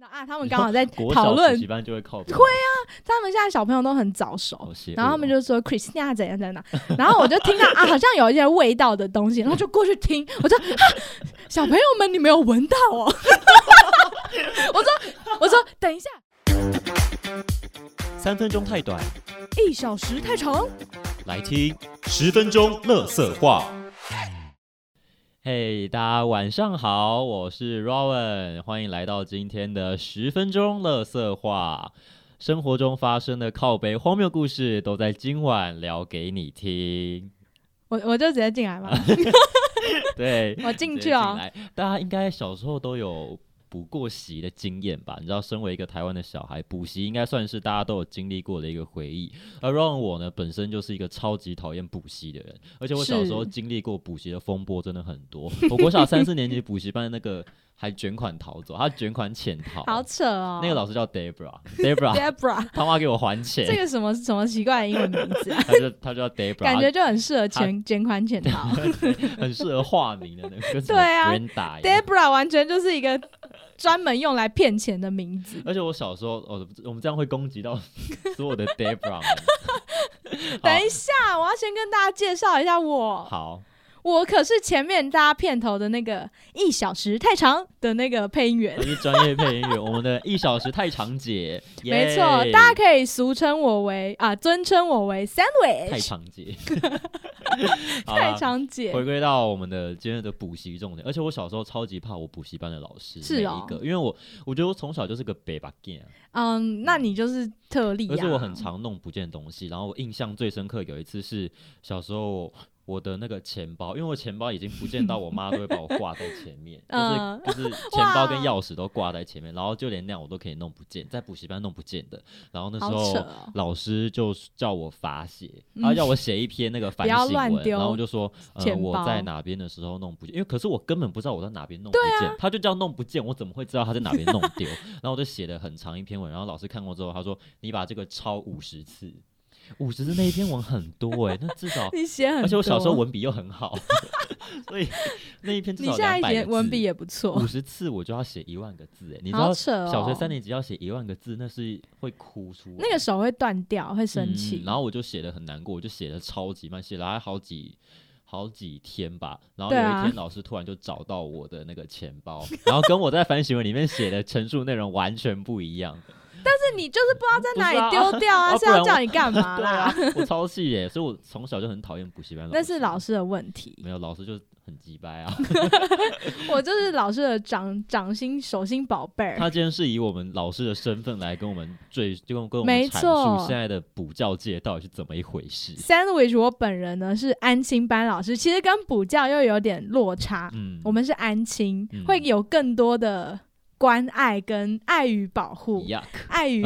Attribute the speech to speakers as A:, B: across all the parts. A: 到啊，他们刚好在
B: 国
A: 讨
B: 小
A: 论
B: 补习班就会靠背，
A: 会他们现在小朋友都很早熟
B: 好，邪恶哦
A: 然后他们就说 Christina 怎样怎样，然后我就听到啊，好像有一些味道的东西，然后就过去听，我就、啊、小朋友们，你没有闻到哦， 我说我说等一下，
B: 三分钟太短，
A: 一小时太长，
B: 来听。
C: 十分钟乐色话。
B: 嘿、大家晚上好，我是 Rowan，欢迎来到今天的十分钟乐色话。生活中发生的靠背荒谬故事，都在今晚聊给你听。
A: 我我就直接进来 吧，
B: 对，
A: 我进
B: 直
A: 去
B: 接
A: 哦，
B: 来，大家应该小时候都有补过习的经验吧？你知道，身为一个台湾的小孩，补习应该算是大家都有经历过的一个回忆。而让我呢，本身就是一个超级讨厌补习的人，而且我小时候
A: 是
B: 经历过补习的风波真的很多。我国小三四年级补习班那个还卷款逃走，他卷款潜逃，
A: 好扯哦，
B: 那个老师叫 Debra，Debra，
A: Debra
B: 他妈给我还钱，
A: 这，个什么什么奇怪的英文名字啊
B: 他就他就叫 Debra，
A: 感觉就很适合钱捐款 潜逃
B: 很适合化名的那个，跟什
A: 对啊
B: b r
A: ，Debra 完全就是一个专门用来骗钱的名字。
B: 而且我小时候，哦，我们这样会攻击到所有的 Debra 吗。
A: 等一下，我要先跟大家介绍一下我，
B: 好，
A: 我可是前面大家片头的那个一小时太长的那个配音员
B: 我，是专业配音员，我们的一小时太长姐，
A: 没错，
B: 耶
A: 大家可以俗称我为啊，尊称我为
B: 太
A: sandwich
B: 长 姐，好啦
A: 太。长姐，
B: 回归到我们的今天的补习重点，而且我小时候超级怕我补习班的老师，
A: 是
B: 每
A: 哦
B: 一个，因为我我觉得我从小就是个北啊巴 g
A: 嗯，那你就是特例、啊，
B: 而且我很常弄不见东西。然后我印象最深刻有一次是小时候我的那个钱包，因为我钱包已经不见到，我妈都会把我挂在前 面，
A: 嗯
B: 就是就是钱包跟
A: 哇
B: 钥匙都挂在前面，然后就连那样我都可以弄不见，在补习班弄不见的。然后那时
A: 好扯
B: 候。
A: 哦，
B: 老师就叫我罚写，
A: 嗯
B: 他叫我写一篇那个反
A: 不要
B: 省
A: 乱
B: 文，
A: 丢
B: 然后我就说，呃，
A: 钱包，
B: 我在哪边的时候弄不见，因为可是我根本不知道我在哪边弄不见，他就叫弄不见，我怎么会知道他在哪边弄丢？ 然后我就写了很长一篇文，然后老师看过之后，他说你把这个抄五十次，五十次那一篇文很多哎、那至少
A: 你写 很多，
B: 而且我小时候文笔又很好， 所以那一篇至
A: 你
B: 少
A: 现在
B: 两百
A: 也文笔也不错
B: 五，十次我就要写一万个字哎、你知道
A: 好扯哦，
B: 小学三年级要写一万个字，那是会哭出来
A: 那个手会断掉，会生气、
B: 嗯。然后我就写的很难过，我就写的超级慢，写了还好几好几天吧。然后
A: 对
B: 有一
A: 啊
B: 天，老师突然就找到我的那个钱包，然后跟我在反省文里面写的陈述内容完全不一 样。
A: 但是你就是不知道在哪里
B: 不是啊
A: 丢掉啊，
B: 啊
A: 是
B: 不然
A: 要
B: 我
A: 叫你干嘛
B: 对
A: 啦？
B: 啊， 我超气耶！所以我从小就很讨厌补习班老师。
A: 那是老师的问题
B: 没，有老师就很鸡掰 啊。
A: 我就是老师的掌掌心手心宝贝儿。
B: 他今天是以我们老师的身份来跟我们最就跟跟我们
A: 没
B: 阐
A: 错
B: 述现在的补教界到底是怎么一回事。
A: Sandwich，我本人呢是安亲班老师，其实跟补教又有点落差。
B: 嗯，
A: 啊我们是安亲，
B: 嗯
A: 会有更多的关爱跟爱与保护
B: 一，样。
A: 爱 与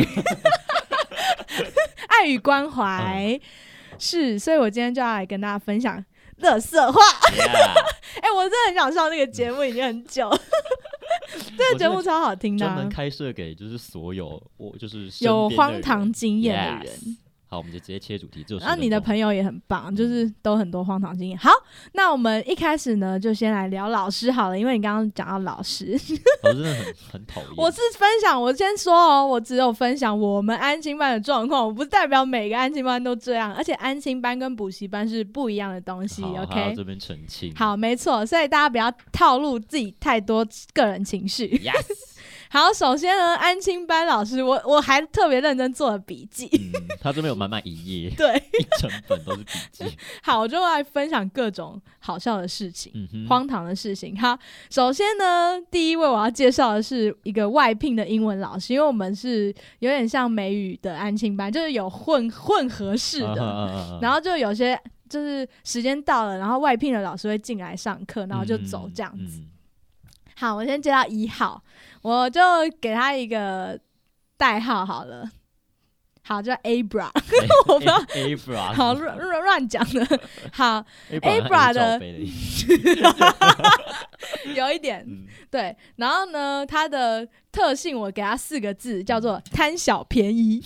A: 爱与关
B: 嗯
A: 怀。是，所以我今天就要来跟大家分享乐色话。
B: Yeah
A: 哎、我真的很想上这个节目，已经很久了。这
B: 我
A: 个节目
B: 真的
A: 超好听的
B: 专
A: 啊、
B: 门开设给就是所有我就是身
A: 有
B: 边的
A: 荒
B: 人
A: 唐经验的人。
B: Yes 好，我们就直接切主题，就是嗯
A: 然后你的朋友也很棒，就是都很多荒唐经验。好，那我们一开始呢，就先来聊老师好了，因为你刚刚讲到老 师，
B: 我真的很很讨厌。
A: 我是分享，我先说哦，我只有分享我们安亲班的状况，我不代表每个安亲班都这样，而且安亲班跟补习班是不一样的东西。
B: 好还要
A: OK，
B: 这边澄清。
A: 好，没错，所以大家不要套路自己太多个人情绪。
B: ，Yes，
A: 好，首先呢，安亲班老师，我我还特别认真做了笔记。
B: 嗯，他这边有满满一页，
A: 对，
B: 一整本都是笔记。
A: 好，我就来分享各种好笑的事情。
B: 嗯哼，
A: 荒唐的事情。好，首先呢，第一位我要介绍的是一个外聘的英文老师，因为我们是有点像美语的安亲班，就是有混混合式
B: 啊
A: 的，
B: 的
A: 然后就有些就是时间到了，然后外聘的老师会进来上课，然后就走这样子。。
B: 嗯嗯
A: 好，我先介绍一号，我就给他一个代号好了，好叫 Abra，
B: 嗯
A: 我不知道
B: A- 哎嗯 Abra，
A: 好乱乱乱讲的，好
B: Abra
A: Abra
B: 好像是
A: 的
B: 罩杯的意思，
A: 有一点。
B: 嗯
A: 对，然后呢，它的特性我给它四个字，叫
B: 嗯
A: 做贪小便 宜。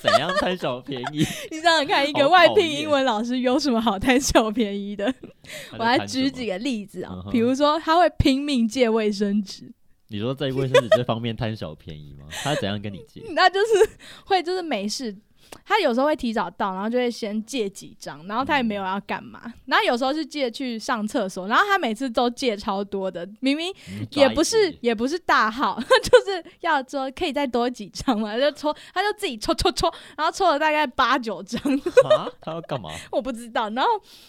B: 怎样贪小便 宜？
A: 你想想看，一个
B: 好
A: 外
B: 讨
A: 聘
B: 厌
A: 英文老师有什么好贪小便宜的？
B: 他在
A: 我来
B: 贪什
A: 举
B: 么
A: 几个例子啊、
B: 嗯哼
A: 比如说他会拼命借卫生纸，
B: 你说在卫生纸这方面贪小便宜吗？他怎样跟你借？
A: 那就是会就是没事，他有时候会提早到，然后就会先借几张，然后他也没有要干嘛，然后有时候是借去上厕所，然后他每次都借超多的，明明
B: 嗯
A: 也
B: 抓一
A: 不是
B: 笔
A: 也不是大号， 就是要说可以再多几张嘛，就抽，他就自己抽抽抽，然后抽了大概八九张，
B: 啊，他要干嘛？
A: 我不知道，然后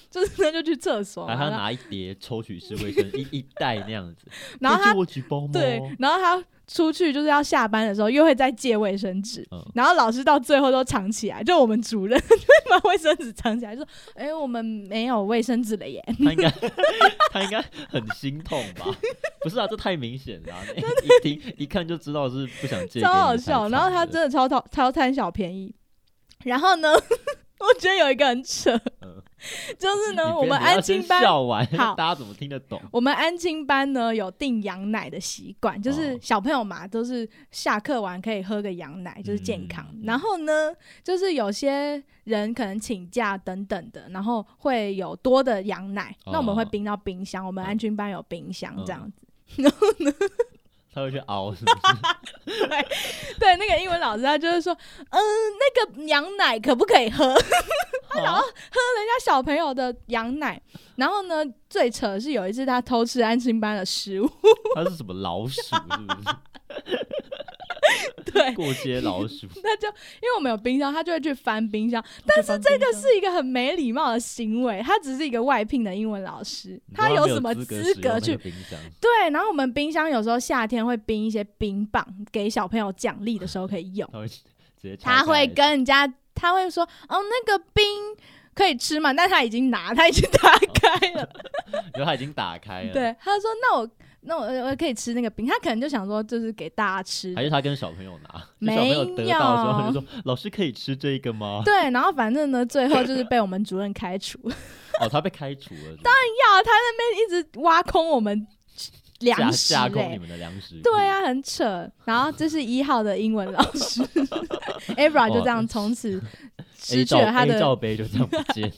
A: 就是他就去厕所嘛，
B: 还要
A: 然后
B: 拿一叠抽取式卫 生一一袋那样子，
A: 然后
B: 可以
A: 他
B: 借我举包吗？
A: 对，然后他出去就是要下班的时候又会再借卫生纸，
B: 嗯
A: 然后老师到最后都藏起来，就我们主任 就会把卫生纸藏起来，就说：“哎、我们没有卫生纸了耶。
B: 他应该他应该很心痛吧？不是啊，这太明显了啊、一听一看就知道是不想”借，
A: 超好笑。然后他真
B: 这，
A: 的超讨超贪小便宜。然后呢， 我觉得有一个很扯，
B: 嗯
A: 就是
B: 你
A: 呢，
B: 别
A: 我们
B: 你要
A: 安
B: 先
A: 静班。
B: 笑完，
A: 好
B: 大家怎么听得懂？
A: 我们安静班呢有订羊奶的习惯，就是
B: 哦
A: 小朋友嘛，都是下课完可以喝个羊奶，就是健康。
B: 嗯
A: 然后呢，就是有些人可能请假等等的，然后会有多的羊奶，
B: 哦
A: 那我们会冰到冰箱。我们
B: 嗯
A: 安静班有冰箱这样子。
B: 他会去熬是不是？
A: 对，那个英文老师他就是说，嗯，那个羊奶可不可以喝？
B: 啊
A: 人家小朋友的羊奶。然后呢，最扯的是有一次他偷吃安静班的食物，
B: 他是什么老鼠是 不是？
A: 对。
B: 过街老鼠？
A: 他就因为我们有冰箱，他就会去翻冰箱，
B: 但是这个
A: 是一个很没礼貌的行为。他只是一个外聘的英文老师， 他有什么资格去？
B: 冰箱？
A: 对，然后我们冰箱有时候夏天会冰一些冰棒，给小朋友奖励的时候可以 用。
B: 他会直接拆
A: 他
B: 下来
A: 会跟人家，他会说：“哦，那个冰可以吃嘛？”但他已经拿，他已经打开了。
B: 因为他已经打开 了。，
A: 对，他说：“那我。”那我我可以吃那个冰，他可能就想说，就是给大家吃
B: 还是他跟小朋友拿，就
A: 没
B: 小朋友得到之后
A: 有
B: 他就说：“老师可以吃这个吗
A: 对，然后反正呢，最后就是被我们主任开除。？”
B: 哦，他被开除了，当然
A: 要他那边一直挖空我们粮食、
B: 架架空你
A: 欸，
B: 们的粮食。
A: 对，啊，很扯。然后这是一号的英文老 师，Abra 就这样从此失去了他
B: A 罩
A: 的，
B: 杯就这样不 见了。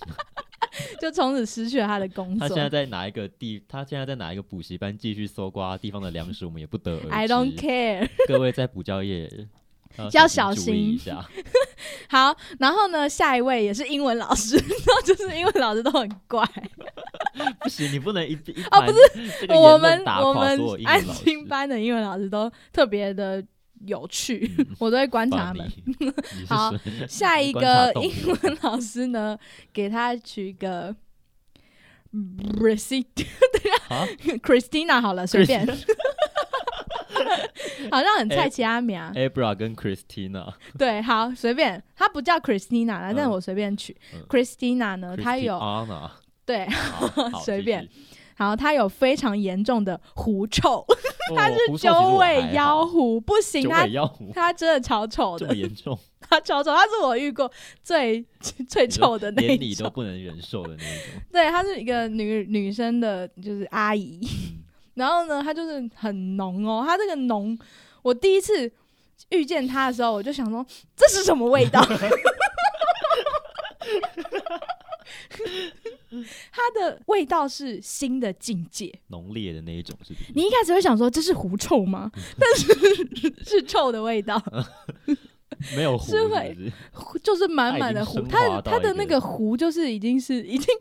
A: 就从此失去了他的工
B: 他
A: 作
B: 现。在在哪一个地？他现在在哪一个补习班继续搜刮地方的粮食？我们也不得而知。
A: I don't care。
B: 各位在补教业。呃
A: 要
B: 注意一
A: 小
B: 下，
A: 好，然后呢，下一位也是英文老师， 然后就是英文老师都很怪。
B: 不行，你不能一一
A: 哦
B: 盘
A: 不
B: 这个言论
A: 我们
B: 打
A: 我
B: 垮
A: 们
B: 所有英文
A: 安
B: 老
A: 心
B: 师
A: 班的英文老师都特别的有趣，
B: 嗯
A: 我都会观察他们。
B: Funny 你是
A: 好
B: 谁
A: 下一
B: 观察
A: 个
B: 动
A: 英
B: 物
A: 文老师呢，给他取一个 Brisi-
B: 啊
A: Christina 好了，随便，好像很
B: 哎
A: 菜其他名啊。
B: Abra 跟 Christina，
A: 对，好，随便，他不叫 Christina 啦，
B: 嗯
A: 但我随便取
B: 嗯啊
A: Christina 呢，他有
B: Christiana
A: 对，
B: 好好
A: 哦随
B: 继续
A: 便 好，他有非常严重的狐臭，
B: 哦他
A: 是九尾妖狐，不行，
B: 九
A: 他
B: 尾 妖狐
A: 他真的超丑
B: 这么
A: 的，
B: 严重，
A: 他超丑，他是我遇过 最最臭的 那
B: 连你
A: 一
B: 都
A: 种。
B: 不能忍受的那一种。
A: 对，她是一个女女生的，就是阿姨。
B: 嗯
A: 然后呢，她就是很浓哦，她这个浓，我第一次遇见她的时候，我就想说这是什么味道？ 它的味道是新的境界。
B: 浓烈的那一种是不是？
A: 你一开始会想说这是狐臭 吗？但是 是臭的味道，
B: 没有狐
A: 是
B: 是不
A: 会
B: 是？
A: 就是满满的
B: 它已
A: 狐。
B: 经
A: 它
B: 升
A: 的
B: 华到
A: 它的
B: 一个
A: 那个狐就是已经是已经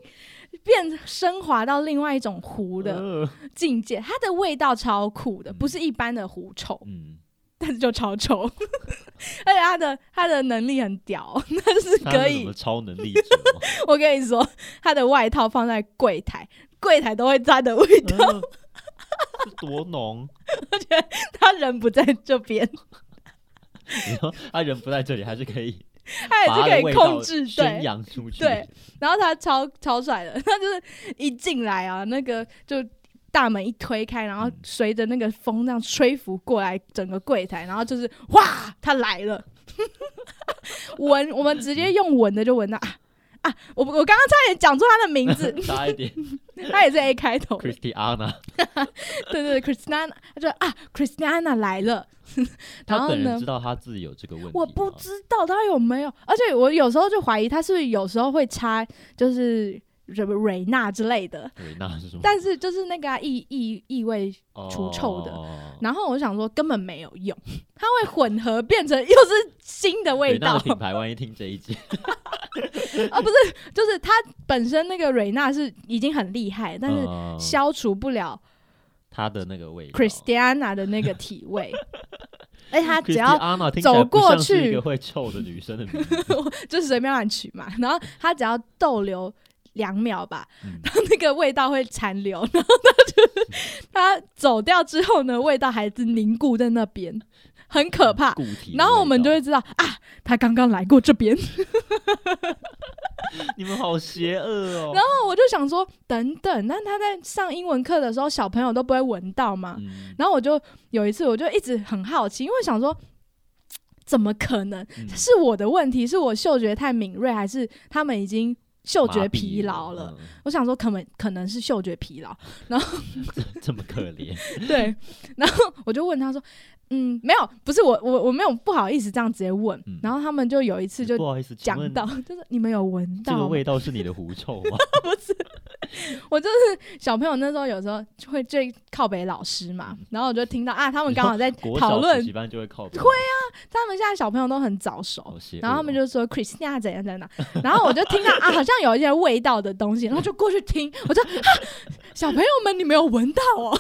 A: 变升华到另外一种狐的
B: 呃
A: 境界，它的味道超酷的，
B: 嗯
A: 不是一般的狐臭，
B: 嗯，
A: 但是就超臭， 而且它的它的能力很屌， 但是
B: 他
A: 可
B: 是什
A: 以
B: 么，超能力者 哦吗？
A: 我跟你说，它的外套放在柜台，柜台都会沾的味道，
B: 呃是多浓？
A: 他人不在这边，
B: 你说他人不在这里，还是可以
A: 他
B: 把他
A: 也是可
B: 的味
A: 以
B: 道
A: 控制
B: 宣
A: 对。
B: 扬出去。
A: 对，然后他超超帅的， 他就是一进来啊，那个就大门一推开，然后
B: 嗯，
A: 随着那个风这样吹拂过来，整个柜台，然后就是哇，他来了， 闻我们直接用闻的就闻到啊啊！我我刚刚差点讲出他的名字
B: 差一 点
A: 他也是 A 开头的，
B: ，Christiana，
A: 对对对，Christina，他就啊，Christina 来了，然
B: 他
A: 后
B: 本人
A: 呢
B: 知？道他自己有这个问题吗，
A: 我不知道他有没有，而且我有时候就怀疑他是不是有时候会插，就是什么蕊纳之类的，
B: 对，那是什么？
A: 但是就是那个、啊、异异异味，除臭的
B: 哦
A: 然后我想说根本没有用，它会混合变成又是新的味
B: 对那
A: 道
B: 个，品牌万一听这一集，
A: 啊，不是，就是它本身那个蕊纳是已经很厉害， 但是
B: 嗯
A: 消除不了
B: 它的那个味道
A: Christiana 的那个体 味，而且它只要
B: Christiana 听起
A: 走
B: 来不
A: 过
B: 像是
A: 去
B: 一个会臭的女生的名字，
A: 就是随便乱取嘛，然后它只要逗留两秒吧，
B: 嗯
A: 然后那个味道会残留， 然后它就是它走掉之后呢，味道还是凝固在那边，很 可怕。
B: 固体的味道。
A: 然后我们就会知道啊，他刚刚来过这边。
B: 你们好邪恶哦。
A: 然 后我就想说，等等，那他在上英文课的时候，小朋友都不会闻到吗？
B: 嗯
A: 然后我就有一次，我就一直很好奇，因为想说，怎么可能
B: 嗯
A: 是我的问题？是我嗅觉太敏锐，还是他们已经嗅
B: 麻
A: 觉
B: 痹
A: 疲劳了？，
B: 嗯
A: 我想说，可能可能是嗅觉疲 劳。
B: 这么可 怜，
A: 对，然后我就问他说：“嗯，没有，不是我，我我没有不好意思这样直接问。
B: 嗯
A: 然后他们就有一次就
B: 不好意思，请
A: 讲
B: 问
A: 到， 就是你们有闻
B: 这
A: 到
B: 个
A: 吗
B: 味道是你的狐臭 吗？
A: 我就是小朋友那时候有时候就会最靠北老师嘛，然后我就听到啊，他们刚 好在
B: 嗯国
A: 讨
B: 小
A: 论
B: 补习，班就会靠背，
A: 会他们现在小朋友都很早熟
B: 好，邪恶哦，
A: 然后他们就说 Christina 怎样怎样，然后我就听到啊，好像有一些味道的东西，然后就过去听，我就、啊、小朋友们，你没有闻到哦，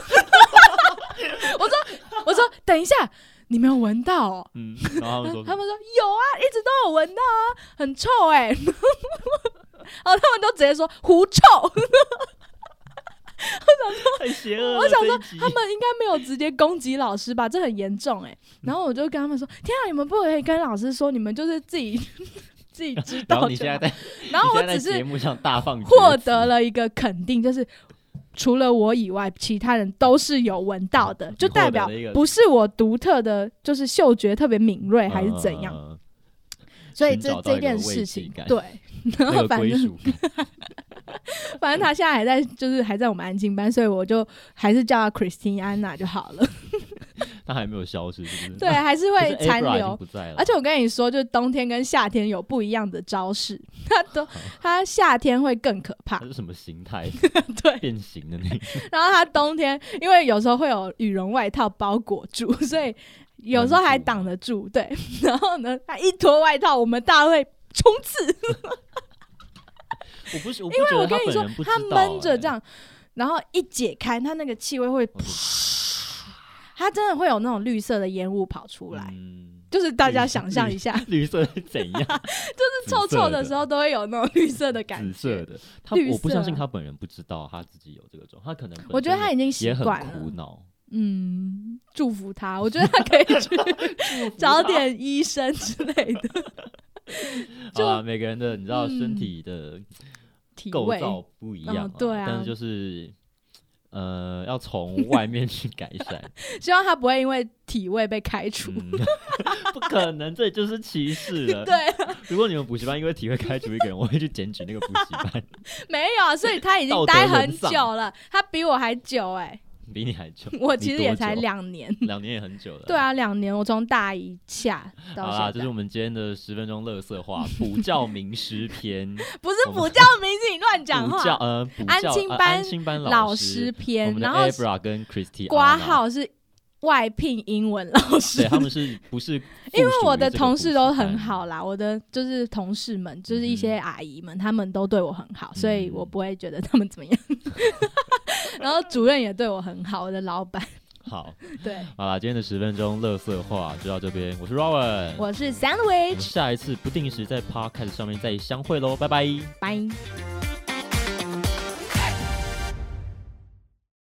A: 我说我说等一下，你没有闻到哦，
B: 嗯，然后他们说
A: 他们说有啊，一直都有闻到啊，很臭哎、欸。 哦，他们都直接说狐臭，
B: 太邪恶了，
A: 我想说
B: 这一集嗯
A: 他们应该没有直接攻击老师吧？这很严重哎、然后我就跟他们说：“天啊，你们不可以跟老师说，你们就是自 己自己知
B: 然后
A: 道
B: 你
A: 就
B: 现在
A: 好。
B: 在，”
A: 然后
B: 你
A: 我
B: 现在
A: 只
B: 在节
A: 是
B: 目上大放厥词
A: 获得，了一个肯定，就是除了我以外，其他人都是有闻到的，
B: 嗯你
A: 就
B: 获
A: 代
B: 得
A: 表
B: 了一个
A: 不是我独特的，就是嗅觉特别敏锐哎还是怎样。
B: 嗯？
A: 所以
B: 寻
A: 这
B: 找到
A: 这
B: 一个
A: 件
B: 慰
A: 事
B: 藉
A: 情
B: 感，
A: 对，然
B: 那
A: 后
B: 个
A: 反
B: 归
A: 正
B: 属感，
A: 反正他现在还在，就是还在我们安静班，所以我就还是叫他 Christine Anna 就好了。
B: 他还没有消失，是不是？
A: 对，还是
B: 可
A: 会
B: 是 Abra
A: 残
B: 已经
A: 留。
B: 不在了，
A: 而且我跟你说，就是冬天跟夏天有不一样的招式， 它都它夏天会更可怕
B: 他，是什么形态
A: 对。
B: 变形的那个？
A: 然后它冬天，因为有时候会有羽绒外套包裹住，所以有时候还挡得
B: 嗯
A: 住，对。然后呢，它一脱外套，我们大家会冲刺，
B: 我不是，欸因
A: 因为我跟你说，它闷着这，
B: 嗯
A: 样，然后一解开，它那个气味会
B: 我就
A: 它真的会有那种绿色的烟雾跑出来，
B: 嗯
A: 就是大家想象一下，
B: 绿色是怎样？
A: 就是臭臭的时候都会有那种绿色的 感
B: 紫
A: 觉
B: 色。的，他
A: 绿
B: 我不
A: 色
B: 相信
A: 啊
B: 他本人不知道他自己有这个状况，他可能本
A: 我觉得
B: 身
A: 他已经习
B: 也很
A: 惯
B: 苦
A: 了，
B: 恼，
A: 嗯，祝福他，我觉得他可以 去找点医生之类的
B: 好
A: 就
B: 啦每个人的你知道
A: 嗯
B: 身体的
A: 体
B: 构
A: 味。
B: 造不一样、
A: 嗯对啊
B: 但是就是呃，要从外面去改 善，
A: 希望他不会因为体味被开除。
B: 嗯 不可能，这就是歧视了。
A: 对，
B: 如果你们补习班因为体会开除一个人，我会去检举那个补习班，
A: 没有啊，所以他已
B: 道
A: 经
B: 德
A: 待
B: 沦
A: 很
B: 丧
A: 久了，他比我还久哎、
B: 比你还久，
A: 我
B: 你
A: 其实
B: 多
A: 也才
B: 久嗯
A: 两年。
B: 两年也很久了。
A: 对。啊，两年，我从大一下
B: 好
A: 到
B: 啦，
A: 现
B: 这
A: 在
B: 是，我们今天的十分钟乐 色话补教名师篇，
A: 不是
B: 我们
A: 补教名字，你 乱 讲
B: 补
A: 话。
B: 教呃补
A: 安
B: 教
A: 亲
B: 呃
A: 班
B: 安亲班
A: 老师
B: 师，我
A: 篇，
B: 们的
A: 然后
B: Abra 跟 Christy
A: 挂号是外聘英文老师
B: 对，他们是不是附属于这个补习班？
A: 因为我的同事都很好啦，我的就是同事们，
B: 嗯
A: 就是一些阿姨们，他们都对我很好，所以我不会觉得他们怎么样。 然后主任也对我很好，我的老板。
B: 好，
A: 对，
B: 好啦，今天的十分钟乐色话就到这边，我是 Rowan，
A: 我是
B: 我们
A: Sandwich，
B: 下一次不定时在 Podcast 上面再相会喽，拜拜。
A: 拜。